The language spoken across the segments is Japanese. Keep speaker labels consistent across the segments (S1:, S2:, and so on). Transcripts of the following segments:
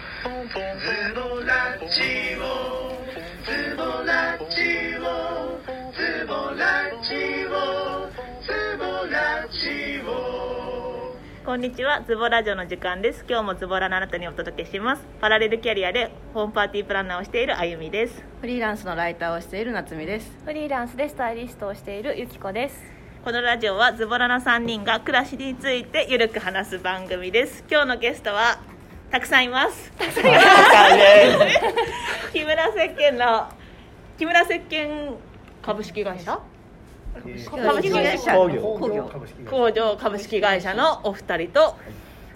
S1: ズボラジオズボラジオズボラジオズボラジオ
S2: こんにちは、ズボラジオの時間です。今日もズボラのあなたにお届けします。パラレルキャリアでホームパーティープランナーをしているあゆみです。
S3: フリーランスのライターをしている夏美です
S4: フリーランスでスタイリストをしているゆきこです。
S2: このラジオはズボラな3人が暮らしについてゆるく話す番組です。今日のゲストはたくさんいます。木村石鹸の木村石鹸株式会社株式会社
S3: 工業工業
S2: 工場株式会社のお二人と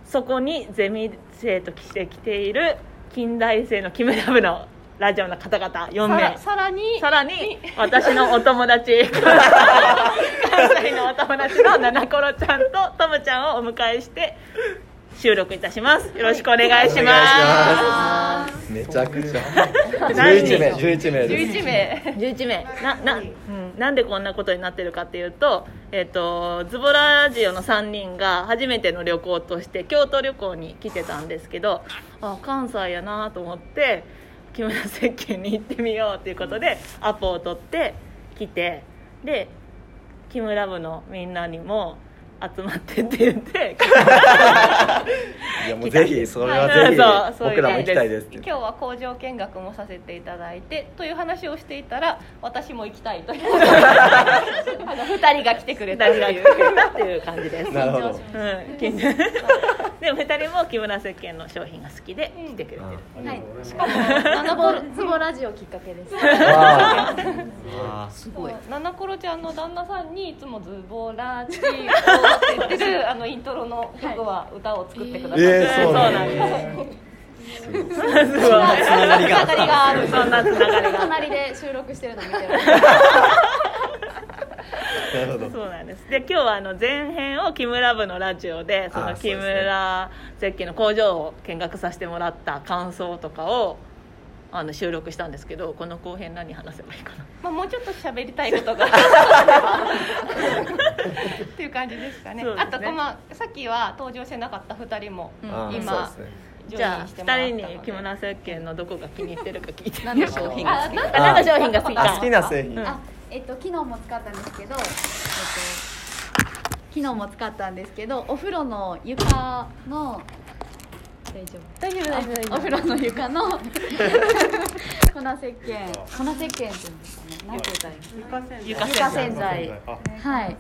S2: そこにゼミ生として来ている近代生の木村部のラジオの方々4
S4: さ
S2: 名
S4: らさらに
S2: さらに 私のお友達 関西のお友達の七コロちゃんとトムちゃんをお迎えして収録いたしますよろしくお願いしま
S5: めちゃくちゃ
S2: す
S5: 十一名
S2: 何人
S5: 十一名です
S4: 11名。
S2: 11名なな,、うん、なんでこんなことになってるかっていうと,、えっとズボラジオの3人が初めての旅行として京都旅行に来てたんですけどあ関西やなと思って木村石鹸に行ってみようということでアポを取って来てで木村部のみんなにも集まってって言って
S5: いやもうぜひそれは
S2: は
S5: ぜ
S2: いそう
S5: ひ
S2: そういう
S5: 僕らも行きたいですって
S4: 今日は工場見学もさせていただいてという話をしていたら私も行きたいという あの二人が来てくれたと
S2: 大事が
S4: い
S2: 言
S4: う
S2: ってくれたっていう感じです
S5: なるほど
S2: うん、緊張 でも2人も木村石鹸の商品が好きで来てくれてる、
S6: はい、
S4: 七コロ
S6: ズボラジオきっかけ です。
S5: わあ
S3: すごい
S4: 七コロちゃんの旦那さんにいつもズボラジオって言ってるあのイントロの曲は歌を作ってくださって、
S5: えーそう
S2: な
S5: なん
S2: だ
S5: んだ
S2: すごい
S5: がりがあった
S4: つながりがある
S2: そんなつながりが
S6: 隣で収録してるの見てる。
S5: なるほど
S2: そうなんですで今日はあの前編を木村部のラジオでその
S5: あそうで
S2: 木
S5: すね
S2: 村石鹸の工場を見学させてもらった感想とかをあの収録したんですけどこの後編何話せばいいかな
S4: まあ、もうちょっと喋りたいことがっていう感じですかね
S2: そうです
S4: あ
S2: ね
S4: と、まあ、さっきは登場してなかった2人も
S5: あー
S4: 今
S5: そうですね
S4: 上
S2: じゃ
S4: 位
S2: あ
S4: にしてもらったので
S2: 2人に木村石鹸のどこが気に入ってるか聞いて
S3: 何の商品が
S6: あ、
S3: 好き
S6: なん
S2: あなんか商品が好き
S5: あ好きな製
S2: うん
S5: 品
S6: あ、えっと昨日も使ったんですけど、えっと昨日も使ったんですけど、お風呂の床の大丈夫。
S4: 大丈夫大丈夫大丈夫
S6: お風呂の床の 粉石鹸、粉石鹸って言うんですかね。なんて言ったらいいんですか。
S2: 床
S6: 床洗剤。はい。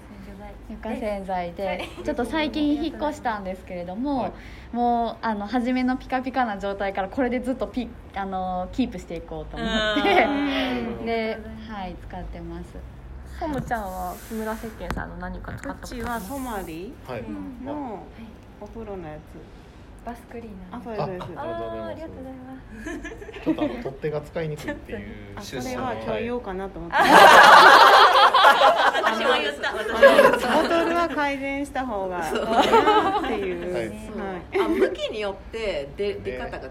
S6: 床洗剤で ちょっと最近引っ越したんですけれども、もうあの初めのピカピカな状態からこれでずっとピあのキープしていこうと思ってで、はい、使ってます
S4: ホムちゃんは木村石鹸さんの何か使ったこと
S7: うちはソマリ
S5: はい
S7: のお風呂のや
S6: バスクリー
S7: つ。あ、そう
S8: あ
S7: です。そうで
S8: ありがとうございます。ちょっとあの取っ手が使いにくいっていう趣
S7: すあ、そ
S8: 旨
S7: れ
S8: の
S7: は今日言おう
S8: は
S7: かなと思って。
S2: 私も言った私も
S7: ボトルは改善した方がいいなっていう。
S8: はい
S7: はい。
S3: あ向きによって出
S8: ね
S3: 出方が違う感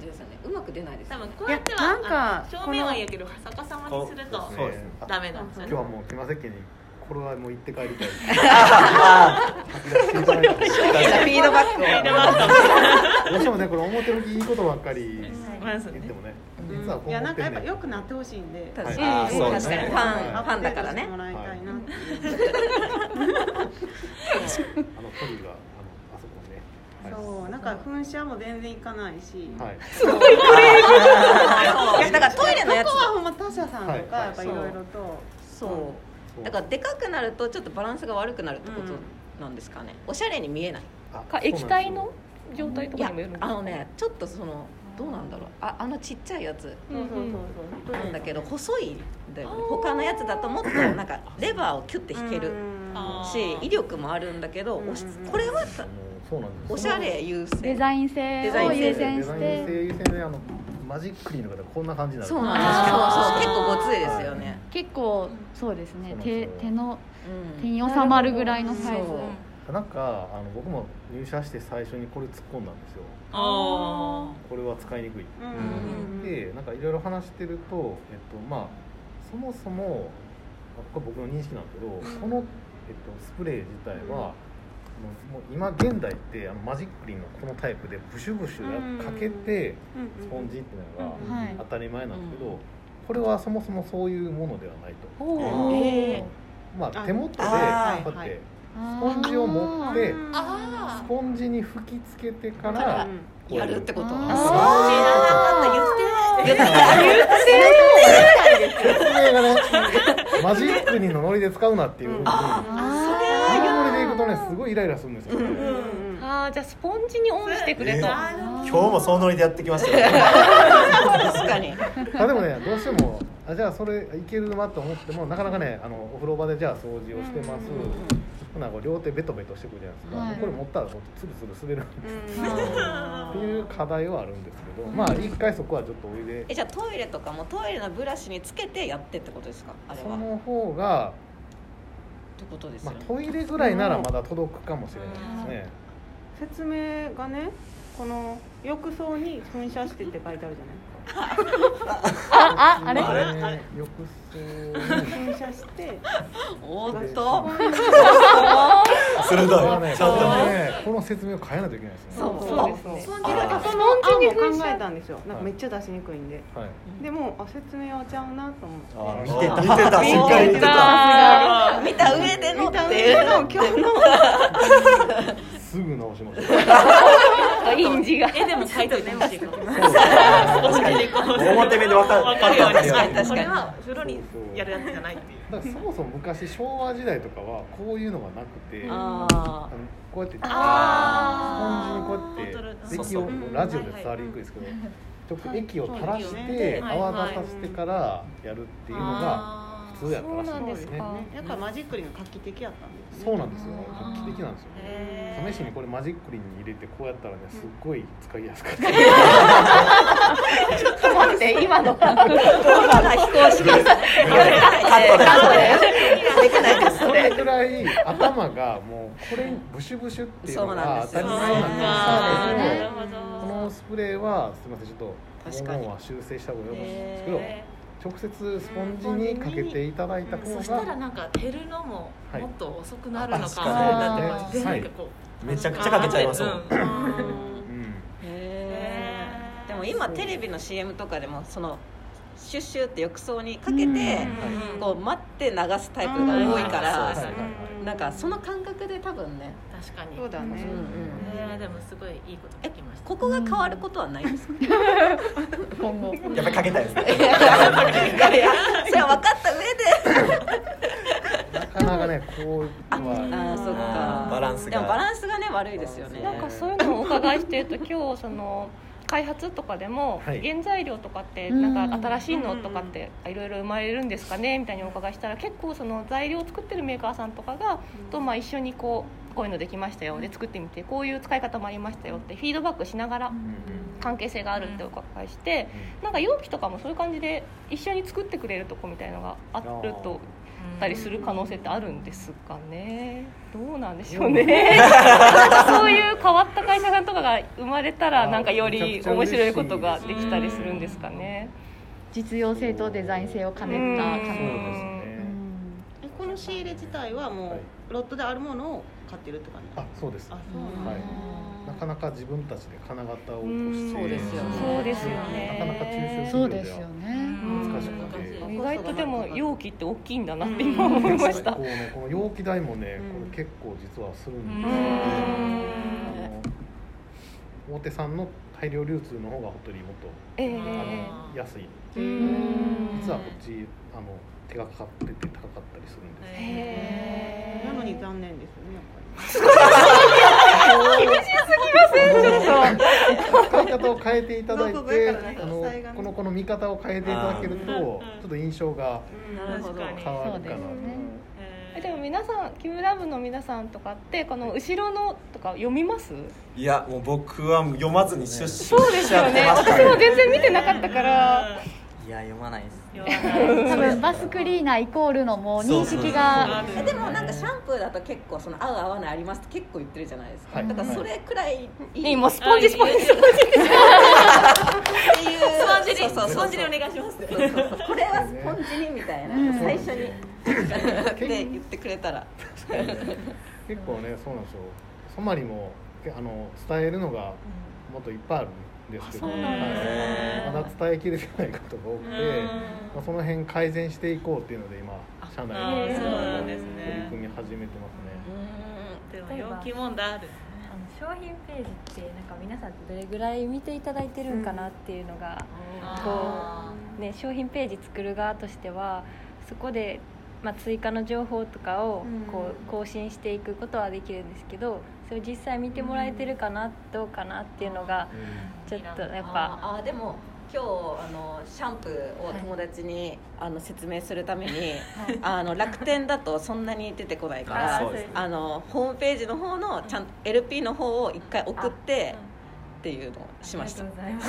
S3: じですよねうまいこと出ないです
S2: 多
S3: よね
S2: 分こうやっては
S7: なんか
S2: あの正面はいいやけど逆さまにすると
S5: そうですね
S2: ダメなんです
S8: い今日
S2: よね
S8: はもう木村石にこれはもう行って帰りたい。
S3: フィードバック
S2: フィードバックを
S8: どうしてもねこれ表向きいいことばっかり
S2: まず
S8: 言って
S2: ね
S8: もね
S7: う
S8: 実はこ
S7: いうや、
S8: 思
S7: な
S8: っ
S7: んか
S8: て
S7: やっ
S8: ん
S7: ぱ
S8: ねん
S7: 良くなってほしいんで。
S3: 確
S5: あ
S3: か
S5: ー
S3: に
S5: そうで
S3: 確
S5: す
S3: かに
S5: ね
S3: ファンファンだからね
S7: アップデートしてもらいたいなっていう。
S8: あの距離があのあそこね。
S7: そう、なんか噴射も全然いかないし。
S8: はいはい。
S3: いやだからトイレのやつ
S7: ここはほんま他社さんとか、
S8: はい
S7: やっぱいろいろと。
S3: そ
S8: そう
S3: うだからでかくなるとちょっとバランスが悪くなるってことなんですかねおしゃれに見えない
S8: あ
S4: か液体の状態と
S3: い
S4: か
S3: や
S4: にもよるんで
S3: あ
S4: すか
S3: のねちょっとそのどうなんだろうああのちっちゃいやつ
S7: そうそうそうそう。
S3: なんだけど細いんだよね他のやつだとも っとなんかレバーをキュッて引け
S7: う
S3: る
S7: ん
S2: あ
S3: し威力もあるんだけど
S7: うん
S3: おしこれはさ
S8: そうなんですよ。
S3: おしゃれ優先
S6: デザイン性を優先
S8: デ
S6: し
S8: ザイン
S6: て
S8: 性優先であのマジックリーの方こんな感じになる。
S3: そう
S6: あ
S3: なんですよそうそう結構ごついですよね、
S6: 結構そうですね手手の
S3: うん
S6: 手に収まるぐらいのサイズ
S3: そう
S8: なんかあの僕も入社して最初にこれ突っ込んだんですよ
S2: あー
S8: これは使いにくい、
S7: うんうんうん。
S8: でなんかいろいろ話してると、えっとまあ、そもそもこれ僕の認識なんだけど、この、えっと、スプレー自体は、もう今現代ってあのマジックリンのこのタイプでブシュブシュやかけてスポンジっていうのが
S6: はい
S8: 当たり前なんですけど、これはそもそもそういうものではないと。
S6: お
S3: ー
S6: ー
S8: ま
S7: あ
S8: あ、手元でこうや
S7: あー
S8: って、
S7: はい
S8: スポンジを持ってス
S3: あ
S8: ポンジに吹きつけてから、
S3: あやるってこと
S6: あー
S3: あそう知らなかった言って
S8: 説明がねマジックにのノリで使うなっていうふうにこの
S6: あ
S8: ノリでいくとねすごいイライラするんですよ、
S4: あーじゃあスポンジにオンしてくれと、
S5: 今日もそのノリでやってきましたよ
S3: 確かに
S8: まあでもねどうしてもあじゃあそれいけるなと思ってもなかなかねあのお風呂場でじゃあ掃除をしてます、ほなこう両手ベトベトしてくるじゃないですか、
S6: はい
S8: でこれ持ったらこうつるつる滑る
S6: ー
S8: っていう課題はあるんですけど、まあ一回そこはちょっとおいで
S3: えじゃあトイレとかもトイレのブラシにつけてやってってことですかあれ
S8: そ
S3: はっ
S8: の方が、
S3: てことです
S8: ま
S3: よ
S8: あ
S3: ね、、
S8: トイレぐらいならまだ届くかもしれないですね、
S7: 説明がねこの浴槽に噴射してって書いてある
S6: ああれ
S8: あれ浴槽に
S7: じゃない噴射して
S3: おーっと
S5: 鋭いち
S8: これは
S5: ゃん
S8: ね
S5: とね
S8: この説明を変えないといけないですね
S3: そう
S7: そうです
S3: そうです
S7: ね
S3: ね
S5: あ
S7: なんかその案も考えたんですよなんかめっちゃ出しにくいんで
S8: はい
S7: でもあ説明はちゃうなと思って
S5: あ見てた見てたしっかり見てた
S2: あ
S3: 見た上での
S7: 見た上
S3: って
S7: で
S3: いう
S7: の今日の
S8: すぐ直しましょう
S4: 印字が
S3: えでも書いといてほしい
S5: 表目で分か
S2: 分かるよう
S5: 分
S2: に
S5: か
S3: 確かに
S2: これは風呂にやるやつじゃないっていう
S8: だからそもそも昔昭和時代とかはこういうのがなくて
S3: あ
S8: あ
S3: あ
S8: のこうやって
S3: あ
S8: スポンジにこうやって
S5: そうそう
S8: 液をラジオで伝わりにくいですけどちょっと液を垂らして
S2: はい
S8: 泡立たせてからやるっていうのが
S2: あ
S8: 普通やったらしいんです
S7: そう
S8: ね
S7: なんねやっぱマジックリンが画期的やったんですね
S8: そうなんですよ画期的なんですよ試しにこれマジックリンに入れてこうやったらねすっごい使いやすかった
S4: 待って今の感覚
S3: 非公式ですね
S5: カットで
S3: できないです
S8: それぐらい頭がもうこれにブシュブシュっていうのが当たり前
S3: そう
S8: な
S3: なん
S8: ん
S3: です
S8: です
S3: よ
S8: けどこのスプレーはすみませんちょっと
S3: 確
S8: 文
S3: かに
S8: 言は修正した方がよろしいんですけど、
S3: え
S8: 直接スポンジにかけていただいた方
S2: そした
S8: が
S2: らなんか減るのも
S8: はい
S2: もっと遅くなるのかも、
S8: あ
S2: だっ
S8: 確
S2: て
S8: かにね
S2: なんかこう
S5: めちゃくちゃかけちゃいますもん
S2: うん
S8: うん
S3: ーへーでも今テレビの CM とかでもそのシュッシュって浴槽にかけてこう待って流すタイプが多いか
S5: うんそう
S3: ら
S5: です
S3: なんかその感覚で多分ね
S2: 確かに
S7: そうだね
S3: うん
S2: えーでもすごいいいこと聞きました
S3: ここが変わることはないです か
S6: 今後
S5: やっぱりかけたいですね
S3: いやいやそれは分かった上で
S8: なかなかねこうは
S3: あーそっ
S5: あ
S3: か
S5: ーバランスが
S3: でもバランスがね悪いですよね
S5: バ
S4: な
S5: ラン
S4: ん
S5: ス
S4: かそういうのをお伺いしてると今日その開発とかでも
S8: はい
S4: 原材料とかって
S6: うん
S4: なんか新しいのとかっていろいろ生まれるんですかねみたいにお伺いしたら結構その材料を作ってるメーカーさんとかがとまあ一緒にこうこういうのできましたよで作ってみてこういう使い方もありましたよってフィードバックしながら
S8: うんうん
S4: 関係性があるってお伺いしてなんか容器とかもそういう感じで一緒に作ってくれるとこみたいのがあると
S2: うん
S4: ったりする可能性ってあるんですかね。どうなんでしょうね。なんか そういう変わった会社さんとかが生まれたらなんかより面白いことができたりするんですかね。
S6: 実用性とデザイン性を兼ねた
S8: そうです
S6: 感じ
S8: ね
S6: うん
S7: えこの仕入れ自体はも
S8: はいう
S7: ロットであるものを買ってるって感じ
S8: あそうです
S7: あそうなんだ
S8: はいなかなか自分たちで金型を起こして
S3: そうですよね
S4: そうですよね
S8: なかなか中小
S6: そ
S8: 企業
S6: うで
S8: です
S6: よ
S8: は
S6: ね
S8: 難しくて
S4: 意外とでも容器って大きいんだなって今思いまし
S8: 結
S4: た。
S8: 構ねこの容器代もね
S7: うん
S8: これ結構実はするん
S2: う
S8: ですよ
S2: ん
S8: あの大手さんの大量流通の方が本当にもっ
S4: え
S8: とあ
S4: え
S8: の安い
S4: うん
S8: 実はこっちあの手がかかってて高かったりするんですよ
S4: へ
S7: なのに
S4: ー
S7: 残念ですよねやっぱり
S8: 使い方を変えていただ い
S7: どこがいい
S8: て
S7: かな
S8: あの
S7: 野菜がね
S8: このこの見方を変えていただけるとちょっと印象が
S3: なるほど
S2: 確かに
S8: 変わ
S6: そ
S8: る
S6: うで
S8: かな
S6: すね
S4: えでも皆さんキムラブの皆さんとかってこの後ろのとか読みます？
S5: いやもう僕は読まずに出資し
S4: そうです
S5: ちゃ
S4: よ
S5: って
S4: ね。
S5: ました
S4: 私も全然見てなかったから。
S5: いや読まないです
S6: 多分バスクリーナーイコールのもう認識が
S3: えでもなんかシャンプーだと結構その合う合わないありますって結構言ってるじゃないですか、
S8: はい
S3: だからそれくらいい
S4: い
S3: い
S4: いもうスポンジスポンジスポンジ
S3: っていう
S2: スポンジに
S3: そうそう
S2: スポンジにお願いします
S3: そうそうそうこれはスポンジにみたいな、
S6: うん
S3: 最初に で言ってくれたら
S8: 結構ねそうなんですよソマリもけあの伝えるのがもっといっぱいあるんですけど、
S2: あそうなんですね
S8: はいまだ伝えきれてないことが多くて、まあ、その辺改善していこうっていうので今社内
S2: あ
S8: で
S2: ーそうなんですね
S8: 取り組み始めてますね。
S2: でも容器問題ある
S9: あの商品ページってなんか皆さんどれぐらい見ていただいてるんかなっていうのが、
S2: あ
S9: ね、商品ページ作る側としてはそこで、まあ、追加の情報とかを
S7: うん
S9: こう更新していくことはできるんですけどそれを実際見てもらえてるかな、どうかなっていうのがちょっとやっぱ。
S3: あーでも今日あのシャンプーを友達に、あの説明するために、あの楽天だとそんなに出てこないか
S5: あ
S3: ら
S5: そうですね
S3: あのホームページの方のちゃん LP の方を一回送ってっていうのをしました
S9: あ。りがとう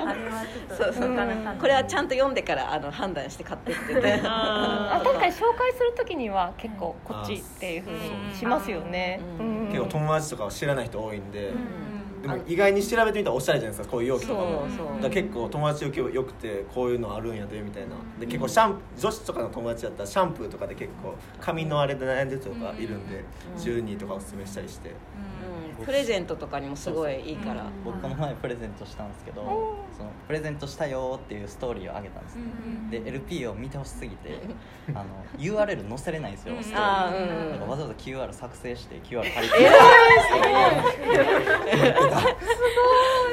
S9: ござい ます。あれはちょっと
S3: そうそう
S9: なかなかの
S3: これはちゃんと読んでからあの判断して買ってって言 って
S2: ーあ
S4: あ確かに紹介するときには結構こっちっていうふうにしますよね
S3: う。ん
S4: うん
S5: 結構友達とかは知らない人多いんで、
S3: うん
S5: でも意外に調べてみたらおしゃれじゃないですかこういう容器
S3: そ
S5: とかも
S3: うそう
S5: だから結構友達受けよくてこういうのあるんやでみたいなで結構シャン女子とかの友達だったらシャンプーとかで結構髪のあれで悩んでる人とかいるんで
S3: うん
S5: ジュニーとかおすすめしたりして
S3: うんプレゼントとかにもすごいいいから、
S10: 僕この前プレゼントしたんですけど、そのプレゼントしたよーっていうストーリーを上げたんですね、で LP を見てほしすぎてあの URL 載せれないんですよストーリー
S3: あーうん
S10: なんかわざわざ QR 作成して QR 借りて、
S2: ーす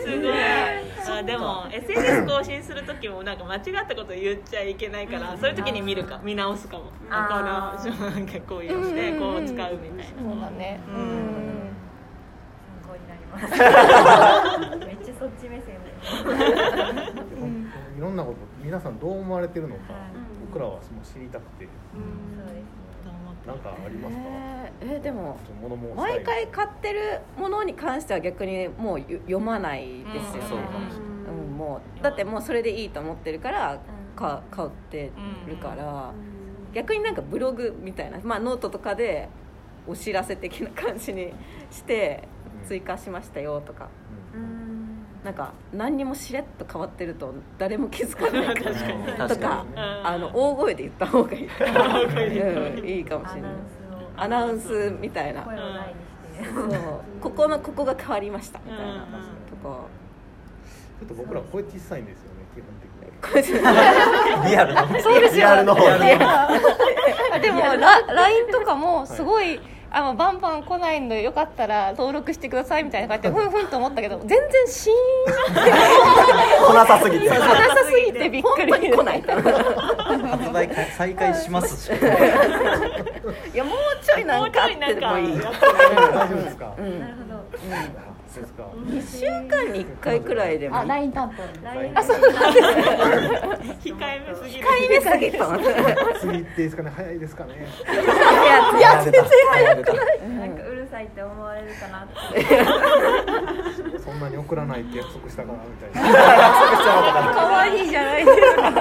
S2: ごいあでも SNS 更新する時もなんか間違ったこと言っちゃいけないからそういう時に見るか見直すかもだからそうなんかこういうの してこう使うみたいな
S4: そうだね。
S2: う
S4: うん
S9: 参考になります。めっちゃそっち目線で。
S8: ほんいろんなこと皆さんどう思われてるのか、僕らはもう知りたくて、
S9: そうです。
S8: なんかありますか？
S3: えーえーでも
S8: ちょっと物申したい
S3: 毎回買ってるものに関しては逆にもうよ読まないですよね、
S5: そうかもし
S3: うんもうだってもうそれでいいと思ってるからか買ってるから、逆になんかブログみたいな、まあ、ノートとかでお知らせ的な感じにして
S8: うん
S3: 追加しましたよとか
S8: う
S3: なんか何にもしれっと変わってると誰も気づかない から
S5: れない
S3: とかあの大声で言った方がい いうんいいかもしれないアナウンスみたいな
S9: 声を大にして。
S3: そうここのここが変わりましたみたいなとか
S8: ちょっと僕ら声小さいんですよね基本的に。
S3: これじゃ
S5: リアルの
S4: そうです
S5: リ
S4: よ
S5: アルの方に
S4: でもラ LINE とかもすごい、あのバンバン来ないのでよかったら登録してくださいみたいな感じでふんふんと思ったけど全然シーン
S5: 来なさすぎて
S4: となさすぎてびっくり
S3: 本当に来ない
S10: 発売会再開しますし
S3: いやもうちょいなんかあってもいい
S8: 大丈夫ですか？
S3: うん
S9: なるほど。
S8: そうですか。
S3: 2週間に1回くらいでも
S6: あ、ライン担当に。
S9: 来
S8: あ
S9: そうなんです。
S2: 控えめすぎる
S3: 回目下げたのい
S8: 次行っていいですかね早いですかね。
S3: や
S5: やってたやってた
S9: なんかうるさいって思われるかなって。
S8: そんなに送らないって約束したからみたいな。
S3: 可愛いじゃないですか
S2: 送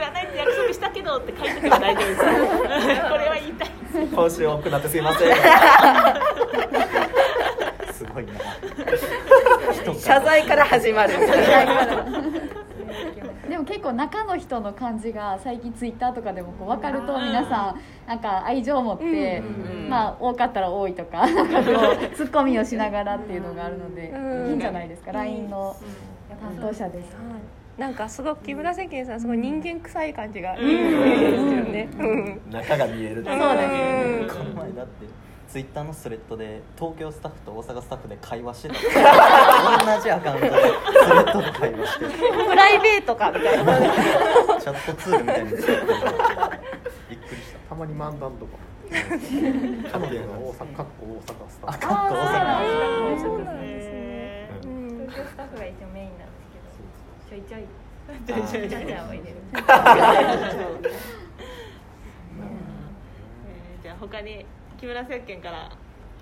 S2: らないって約束したけどって書いてけば大丈夫ですこれは言いたい
S5: 今週多くなってすいません
S10: すごいな
S3: 謝罪から始まる
S6: でも結構中の人の感じが最近ツイッターとかでもこう分かると皆さんなんか愛情を持って、まあ多かったら多いとかなんかこうツッコミをしながらっていうのがあるのでいいんじゃないですか LINE の担当者です。
S4: なんかすごく木村世間さんすごい人間臭い感じがいいですよね、うん
S5: 中が見えるって
S4: そうだね
S10: この前だってツイッターのスレッドで東京スタッフと大阪スタッフで会話してた同じアカウントでスレッドで会話して
S4: プライベートかみたいな
S10: チャットツールみたいに使ってるびっくりした
S8: たまに漫談とか。彼女が大阪かっこ大阪スタ
S10: 関東
S8: ー。
S10: 大
S9: そうなんです ね。東京スタッフが一応メインなんですけど、ちょいちょい。
S10: 阪
S9: ちゃちゃを入れる。
S2: えーじゃあ他に木村石鹸から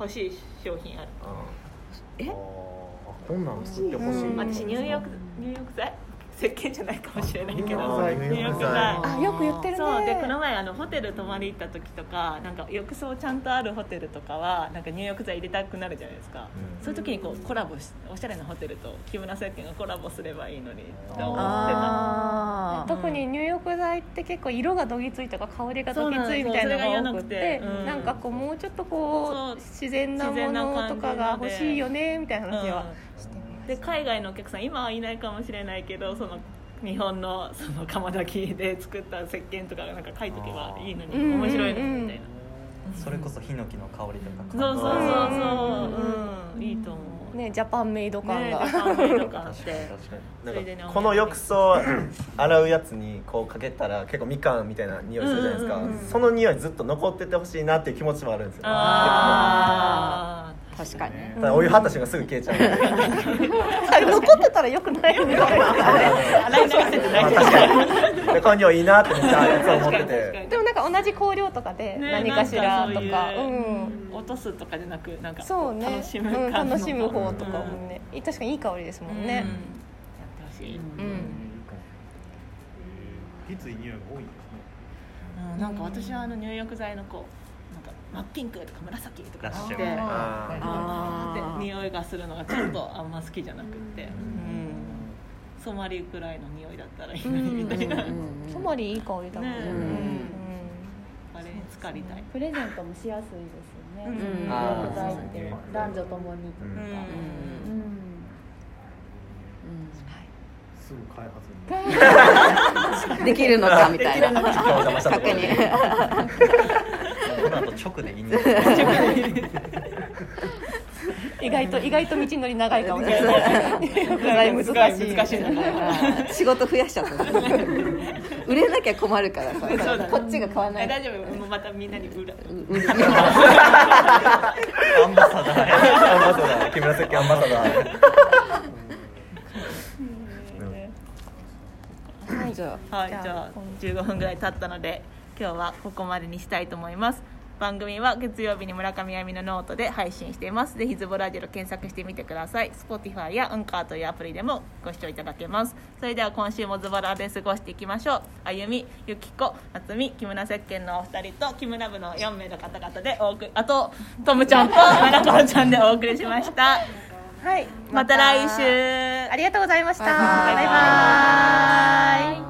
S2: 欲しい商品ある
S8: え？こんなん作ってほしい。
S2: 私入浴入浴剤石鹸じゃないかもしれないけ
S1: 入
S2: ど
S1: 浴剤
S2: 入浴剤
S1: あよく言ってるね
S2: そうでこの前あのホテル泊まり行った時とかなんか浴槽ちゃんとあるホテルとかはなんか入浴剤入れたくなるじゃないですか、そういう時にこうコラボしおしゃれなホテルと木村石鹸がコラボすればいいのにと思ってた
S4: 特に入浴剤って結構色がどぎついとか香りがどぎついみたいな
S2: そうなんですよそれが嫌
S4: のが多くて
S2: なくてうん
S4: なんかこうもうちょっとこう自然なものとかが欲しいよねみたいな話は
S2: で海外のお客さん今はいないかもしれないけどその日本のその釜炊きで作った石鹸とかなんか書いとけばいいのに
S4: うん
S2: 面白いですみたいな、
S10: それこそヒノキの香りとか
S2: そうそうそうそう、うん、いいと思う
S4: ねジャパンメイド感
S2: ね
S4: が、
S2: ジャパンメイド感って
S5: なん
S2: それでね
S5: かこの浴槽洗うやつにこうかけたら結構みかんみたいな匂いするじゃないですか、
S2: うんうんうん
S5: その匂いずっと残っててほしいなっていう気持ちもあるんですよ
S2: あ
S4: 確かに
S5: ただお湯張った瞬間すぐ消えちゃうんで
S4: あれ残ってたらよくないよね
S2: 洗い流せてない
S5: でこの匂いいいなってめっちゃあいつ思ってて
S4: でもなんか同じ香料とかで
S2: ね
S4: 何かしらと
S2: な
S4: か,、
S2: んかそう
S4: う
S2: いうん落とすとかじゃなくなんか
S4: そうね
S2: 楽しむ
S4: うん、
S2: 感じの
S4: 楽しむ方とかもね、確かにいい香りですもんね、
S2: やってほしい、
S4: うん
S11: きつい匂いが多いんで
S2: うんなんか私はあの入浴剤のこうなんか真っピンクとか紫とか
S11: ラッシ
S2: っ
S11: ュ
S2: て
S11: みたいな
S2: あ
S11: あ
S2: ー
S11: ー
S2: って匂いがするのがちょっとあんま好きじゃなくって、うんソマリくらいの匂いだったらいいのにみたいな、
S4: ソマリいい香りだもんね
S2: ね
S4: うん
S2: あれに浸かりたい
S6: プレゼントもしやすいですよね
S2: うん
S6: 入浴剤って男女ともにと
S2: うん
S6: か
S8: すぐ開発に
S3: できるのかみたいな確認
S10: この後直でいいん
S4: 意外と意外と道のり長いかもしれないよくない難しい
S2: 難しいな
S3: 仕事増やしちゃった売れなきゃ困るからさ
S2: そうだね
S3: こっちが買わな
S2: え
S3: い
S2: 大丈夫もうまたみんなに売ら
S10: アンバサ
S5: アンバサ
S10: ダー
S5: ダー木村石鹸アンバサダー
S3: はいじゃ
S2: はい、じゃあ15分ぐらい経ったので今日はここまでにしたいと思います番組は月曜日に村上あみのノートで配信していますぜひズボラジロ検索してみてください Spotify や u n c a r というアプリでもご視聴いただけますそれでは今週もズボラで過ごしていきましょうあゆみ、ゆきこ、なつみ、木村石鹸のお二人と木村部の4名の方々でお送りあとトムちゃんとマナコロちゃんでお送りしました
S4: はい
S2: また来週
S4: ありがとうございましたバイバイ